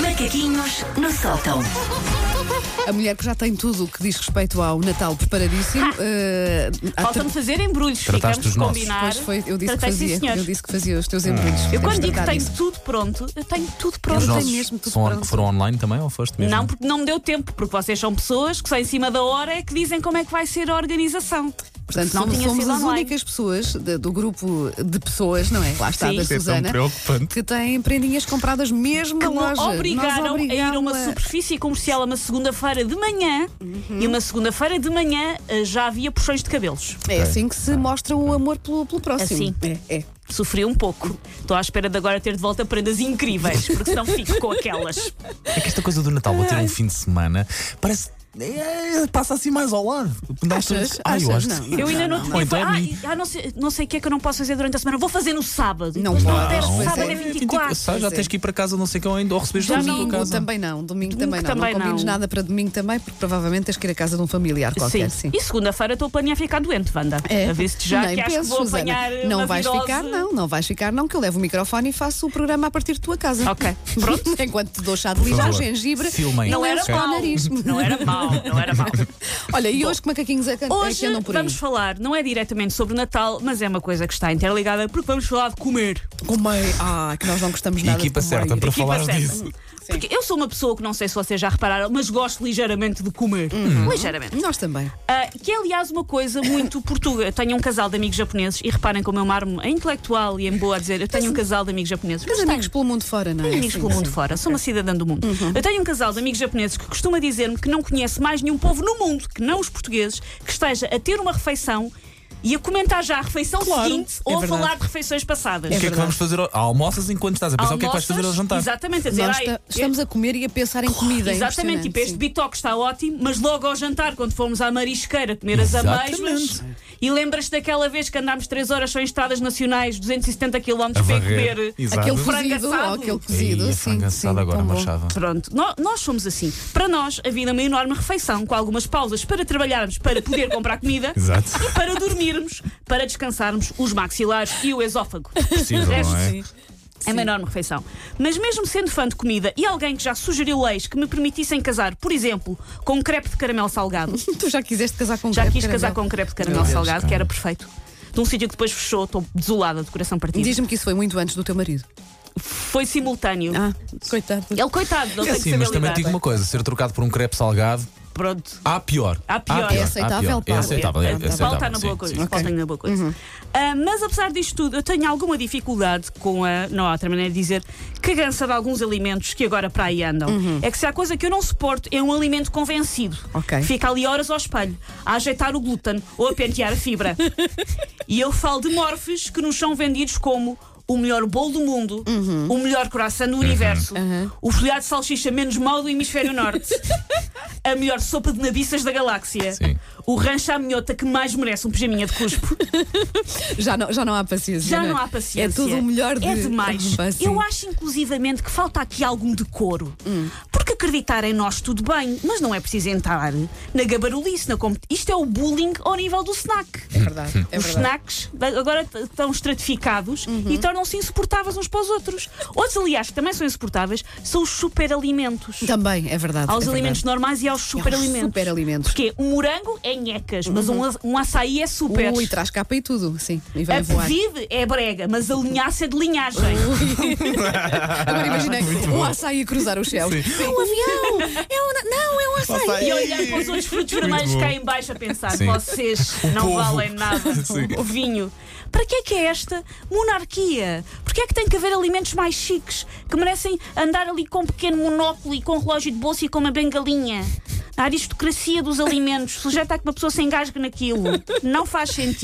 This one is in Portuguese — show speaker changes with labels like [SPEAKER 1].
[SPEAKER 1] Macaquinhos no sótão.
[SPEAKER 2] A mulher que já tem tudo o que diz respeito ao Natal preparadíssimo. eh, há
[SPEAKER 3] Ah. Falta-me
[SPEAKER 2] tra-
[SPEAKER 3] fazer embrulhos, ficamos
[SPEAKER 4] Trataste
[SPEAKER 3] de
[SPEAKER 4] os nossos.
[SPEAKER 3] combinar.
[SPEAKER 2] Pois foi, eu disse que
[SPEAKER 3] Tratei, sim,
[SPEAKER 2] fazia.
[SPEAKER 3] senhor.
[SPEAKER 2] eu disse que fazia os
[SPEAKER 4] Ah.
[SPEAKER 2] teus embrulhos.
[SPEAKER 3] Eu quando
[SPEAKER 2] Temos
[SPEAKER 3] digo que
[SPEAKER 2] tratar
[SPEAKER 3] tenho
[SPEAKER 2] disso.
[SPEAKER 3] tudo pronto, eu tenho tudo
[SPEAKER 4] Os
[SPEAKER 3] pronto.
[SPEAKER 2] não
[SPEAKER 4] nossos
[SPEAKER 2] tenho mesmo tudo
[SPEAKER 4] são on-
[SPEAKER 2] pronto.
[SPEAKER 4] foram online também ou foste mesmo?
[SPEAKER 3] Não, porque não me deu tempo, porque vocês são pessoas que só em cima da hora é que dizem como é que vai ser a organização.
[SPEAKER 2] Portanto,
[SPEAKER 3] não
[SPEAKER 2] somos,
[SPEAKER 3] tinha
[SPEAKER 2] somos
[SPEAKER 3] sido
[SPEAKER 2] as
[SPEAKER 3] online.
[SPEAKER 2] únicas pessoas de- do grupo de pessoas, não é? Lá está
[SPEAKER 3] Sim.
[SPEAKER 2] da
[SPEAKER 3] Isso
[SPEAKER 4] é tão
[SPEAKER 2] Susana.
[SPEAKER 4] preocupante.
[SPEAKER 2] que têm prendinhas compradas mesmo
[SPEAKER 3] Que
[SPEAKER 2] na
[SPEAKER 3] me
[SPEAKER 2] loja. Nós
[SPEAKER 3] obrigaram a ir a uma
[SPEAKER 2] obrigámos
[SPEAKER 3] superfície comercial a uma segunda-feira de manhã
[SPEAKER 2] Uhum.
[SPEAKER 3] e uma segunda-feira de manhã eh, já havia puxões de cabelos.
[SPEAKER 2] É assim que
[SPEAKER 4] Ah.
[SPEAKER 2] se mostra o amor pelo, pelo próximo.
[SPEAKER 3] Assim.
[SPEAKER 2] É, é.
[SPEAKER 3] Sofri um pouco. Estou à espera de agora ter de volta prendas incríveis, porque senão fico com aquelas.
[SPEAKER 4] É que esta coisa do Natal bater um fim de semana parece. é, passa assim mais ao lado. Dá
[SPEAKER 2] Achas?
[SPEAKER 4] Ah, eu
[SPEAKER 2] Achas?
[SPEAKER 4] acho que
[SPEAKER 2] Não,
[SPEAKER 4] sim.
[SPEAKER 2] não.
[SPEAKER 3] Eu ainda não
[SPEAKER 4] Ou
[SPEAKER 3] tinha.
[SPEAKER 4] então é
[SPEAKER 3] ah,
[SPEAKER 4] mim.
[SPEAKER 3] e- ah, não, sei, não sei o que é que eu não posso fazer durante a semana. Vou fazer no sábado. E
[SPEAKER 2] Não
[SPEAKER 3] depois
[SPEAKER 2] pode.
[SPEAKER 3] Não,
[SPEAKER 2] Pois
[SPEAKER 3] não sábado
[SPEAKER 2] é.
[SPEAKER 3] é 24.
[SPEAKER 4] Sabe, Tipo, "Ah, já
[SPEAKER 2] Pois é.
[SPEAKER 4] tens que ir para casa, não sei quem ainda, ou receber os
[SPEAKER 3] Já
[SPEAKER 4] dois na tua
[SPEAKER 3] não,
[SPEAKER 2] Domingo
[SPEAKER 4] casa.
[SPEAKER 2] também não, domingo
[SPEAKER 3] Domingo
[SPEAKER 2] também não.
[SPEAKER 3] também
[SPEAKER 2] não
[SPEAKER 3] não.
[SPEAKER 2] combines nada para domingo também, porque provavelmente tens que ir a casa de um familiar qualquer. Sim.
[SPEAKER 3] Sim. E segunda-feira estou a planear ficar doente, Wanda.
[SPEAKER 2] É.
[SPEAKER 3] A ver se já
[SPEAKER 2] Nem
[SPEAKER 3] que acho que
[SPEAKER 2] penses,
[SPEAKER 3] vou
[SPEAKER 2] Susana.
[SPEAKER 3] apanhar. eh,
[SPEAKER 2] Não
[SPEAKER 3] uma
[SPEAKER 2] vais
[SPEAKER 3] virose.
[SPEAKER 2] ficar, não, não vais ficar, não, que eu levo o microfone e faço o programa a partir de tua casa.
[SPEAKER 3] Ok, pronto.
[SPEAKER 2] Enquanto te dou chá de limão,
[SPEAKER 4] favor,
[SPEAKER 2] gengibre,
[SPEAKER 4] filmem.
[SPEAKER 2] e
[SPEAKER 3] Não era
[SPEAKER 2] leves para o
[SPEAKER 3] mau.
[SPEAKER 2] nariz.
[SPEAKER 3] Não era mau, não era mau.
[SPEAKER 2] Olha, e hoje que macaquinhos é que, é que
[SPEAKER 3] Hoje
[SPEAKER 2] andam por aí?
[SPEAKER 3] vamos falar, não é diretamente sobre o Natal, mas é uma coisa que está interligada, porque vamos falar de comer.
[SPEAKER 2] Comer. Ah, que nós não gostamos
[SPEAKER 4] E
[SPEAKER 2] nada.
[SPEAKER 4] equipa
[SPEAKER 2] de comer.
[SPEAKER 4] certa para
[SPEAKER 3] Equipa
[SPEAKER 4] falar
[SPEAKER 2] É
[SPEAKER 3] certa.
[SPEAKER 4] disso. é
[SPEAKER 3] Porque eu sou uma pessoa que não sei se vocês já repararam, mas gosto ligeiramente de comer.
[SPEAKER 2] Uhum.
[SPEAKER 3] Ligeiramente.
[SPEAKER 2] Nós também.
[SPEAKER 3] Ah, que é, aliás, uma coisa muito portuguesa. Eu tenho um casal de amigos japoneses e reparem como eu marmo é intelectual e em boa a dizer eu tenho um casal de amigos japoneses.
[SPEAKER 2] Mas
[SPEAKER 3] Mas
[SPEAKER 2] amigos pelo mundo fora, não é?
[SPEAKER 3] tenho amigos
[SPEAKER 2] Sim,
[SPEAKER 3] pelo mundo
[SPEAKER 2] sim. Uhum.
[SPEAKER 3] fora, sou uma cidadã do mundo. Eu tenho um casal de amigos japoneses que costuma dizer-me que não conhece mais nenhum povo no mundo, que não os portugueses, que esteja a ter uma refeição e a comentar já a refeição
[SPEAKER 2] Claro,
[SPEAKER 3] seguinte
[SPEAKER 2] é
[SPEAKER 3] ou a
[SPEAKER 2] verdade.
[SPEAKER 3] falar de refeições passadas.
[SPEAKER 4] o que é que
[SPEAKER 2] verdade.
[SPEAKER 4] vamos fazer? ao- Almoças enquanto estás a pensar o que é que vais
[SPEAKER 3] Almoças,
[SPEAKER 4] fazer ao jantar.
[SPEAKER 3] Exatamente, a dizer,
[SPEAKER 2] Nós
[SPEAKER 3] ai,
[SPEAKER 2] esta- estamos a comer e a pensar em comida. é
[SPEAKER 3] Exatamente, tipo, este
[SPEAKER 2] impressionante,
[SPEAKER 3] bitoque está ótimo, mas logo ao jantar, quando fomos à marisqueira comer as
[SPEAKER 4] Exatamente.
[SPEAKER 3] ameijoas, e lembras-te daquela vez que andámos 3 horas só em estradas nacionais, 270 km
[SPEAKER 4] A
[SPEAKER 3] para ir
[SPEAKER 4] varrer.
[SPEAKER 3] comer.
[SPEAKER 2] sim.
[SPEAKER 4] Exato.
[SPEAKER 2] Aquele
[SPEAKER 3] Frango
[SPEAKER 2] cozido,
[SPEAKER 3] assado.
[SPEAKER 2] ou aquele cozido,
[SPEAKER 4] Ei, a
[SPEAKER 2] sim.
[SPEAKER 4] frango
[SPEAKER 2] sim,
[SPEAKER 4] assado agora é
[SPEAKER 2] tão bom.
[SPEAKER 4] marchava.
[SPEAKER 3] Pronto, nó- nós somos assim. Para nós, a vida é uma enorme refeição, com algumas pausas para trabalharmos, para poder comprar comida
[SPEAKER 4] Exato.
[SPEAKER 3] e para dormirmos, para descansarmos os maxilares e o esófago.
[SPEAKER 4] Possível, não é?
[SPEAKER 3] É uma enorme refeição. Mas mesmo sendo fã de comida e alguém que já sugeriu leis que me permitissem casar, por exemplo, com um crepe de caramelo salgado,
[SPEAKER 2] Tu já quiseste casar com um
[SPEAKER 3] já
[SPEAKER 2] crepe
[SPEAKER 3] quis
[SPEAKER 2] de
[SPEAKER 3] casar com
[SPEAKER 2] caramelo.
[SPEAKER 3] um crepe de caramelo
[SPEAKER 4] Meu Deus,
[SPEAKER 3] salgado, que
[SPEAKER 4] cara.
[SPEAKER 3] era perfeito. De um sítio que depois fechou, estou desolada, de coração partido.
[SPEAKER 2] Diz-me que isso foi muito antes do teu marido.
[SPEAKER 3] Foi simultâneo.
[SPEAKER 2] Ah, coitado.
[SPEAKER 3] Ele, coitado, não tem
[SPEAKER 4] É
[SPEAKER 3] que
[SPEAKER 4] assim,
[SPEAKER 3] saber
[SPEAKER 4] mas também
[SPEAKER 3] lidar.
[SPEAKER 4] digo uma coisa: ser trocado por um crepe salgado,
[SPEAKER 3] Pronto.
[SPEAKER 4] há pior.
[SPEAKER 3] Há pior.
[SPEAKER 4] Há
[SPEAKER 3] É
[SPEAKER 4] há
[SPEAKER 2] aceitável,
[SPEAKER 4] É
[SPEAKER 2] pá.
[SPEAKER 4] aceitável.
[SPEAKER 2] É,
[SPEAKER 4] É,
[SPEAKER 2] é,
[SPEAKER 4] aceitável.
[SPEAKER 3] Paulo está na
[SPEAKER 4] sim,
[SPEAKER 3] boa coisa.
[SPEAKER 4] sim.
[SPEAKER 3] Paulo está na boa coisa. Ah, mas apesar disto tudo, eu tenho alguma dificuldade com a. Não há outra maneira de dizer. Cagança de alguns alimentos que agora para aí andam. É que se há coisa que eu não suporto é um alimento convencido.
[SPEAKER 2] Ok.
[SPEAKER 3] Fica ali horas ao espelho, a ajeitar o glúten ou a pentear a fibra. e eu falo de morfes que nos são vendidos como. O melhor bolo do mundo, o melhor coração do universo, o folhado de salsicha menos mau do hemisfério norte, a melhor sopa de nabiças da galáxia,
[SPEAKER 4] Sim.
[SPEAKER 3] o rancho à minhota que mais merece um pijaminha de cuspo.
[SPEAKER 2] Já não, já não há paciência.
[SPEAKER 3] Já
[SPEAKER 2] é?
[SPEAKER 3] não há paciência.
[SPEAKER 2] É tudo o melhor de
[SPEAKER 3] É demais.
[SPEAKER 2] Pá, sim.
[SPEAKER 3] Eu acho, inclusivamente, que falta aqui algum decoro.
[SPEAKER 2] Hum.
[SPEAKER 3] Porque acreditar em nós tudo bem, mas não é preciso entrar na gabarulice. Na compet... Isto é o bullying ao nível do snack.
[SPEAKER 2] É verdade. É verdade.
[SPEAKER 3] Os
[SPEAKER 2] Uhum.
[SPEAKER 3] snacks da- agora t- estão estratificados e tornam-se insuportáveis uns para os outros. Outros, aliás, que também são insuportáveis, são os superalimentos.
[SPEAKER 2] Também, é verdade.
[SPEAKER 3] Aos
[SPEAKER 2] é
[SPEAKER 3] alimentos
[SPEAKER 2] verdade.
[SPEAKER 3] normais e aos superalimentos.
[SPEAKER 2] superalimentos. Uhum.
[SPEAKER 3] Porque um morango é nhecas, mas um, a- um açaí é super.
[SPEAKER 2] Ui, traz capa e tudo, sim. E vai
[SPEAKER 3] A
[SPEAKER 2] voar.
[SPEAKER 3] pedido é brega, mas a linhaça é de linhagem.
[SPEAKER 2] Agora imaginei um açaí a cruzar os céus. É um avião! É um... Não, é um açaí!
[SPEAKER 3] E olhar para os outros frutos
[SPEAKER 4] Muito
[SPEAKER 3] vermelhos
[SPEAKER 4] bom.
[SPEAKER 3] cá em baixo a pensar,
[SPEAKER 4] Sim.
[SPEAKER 3] vocês
[SPEAKER 4] O
[SPEAKER 3] não
[SPEAKER 4] povo.
[SPEAKER 3] valem nada.
[SPEAKER 4] Sim.
[SPEAKER 3] O vinho. Para que é que é esta monarquia? Porque é que tem que haver alimentos mais chiques que merecem andar ali com um pequeno monóculo e com um relógio de bolso e com uma bengalinha? A aristocracia dos alimentos sujeita a que uma pessoa se engasgue naquilo. Não faz sentido.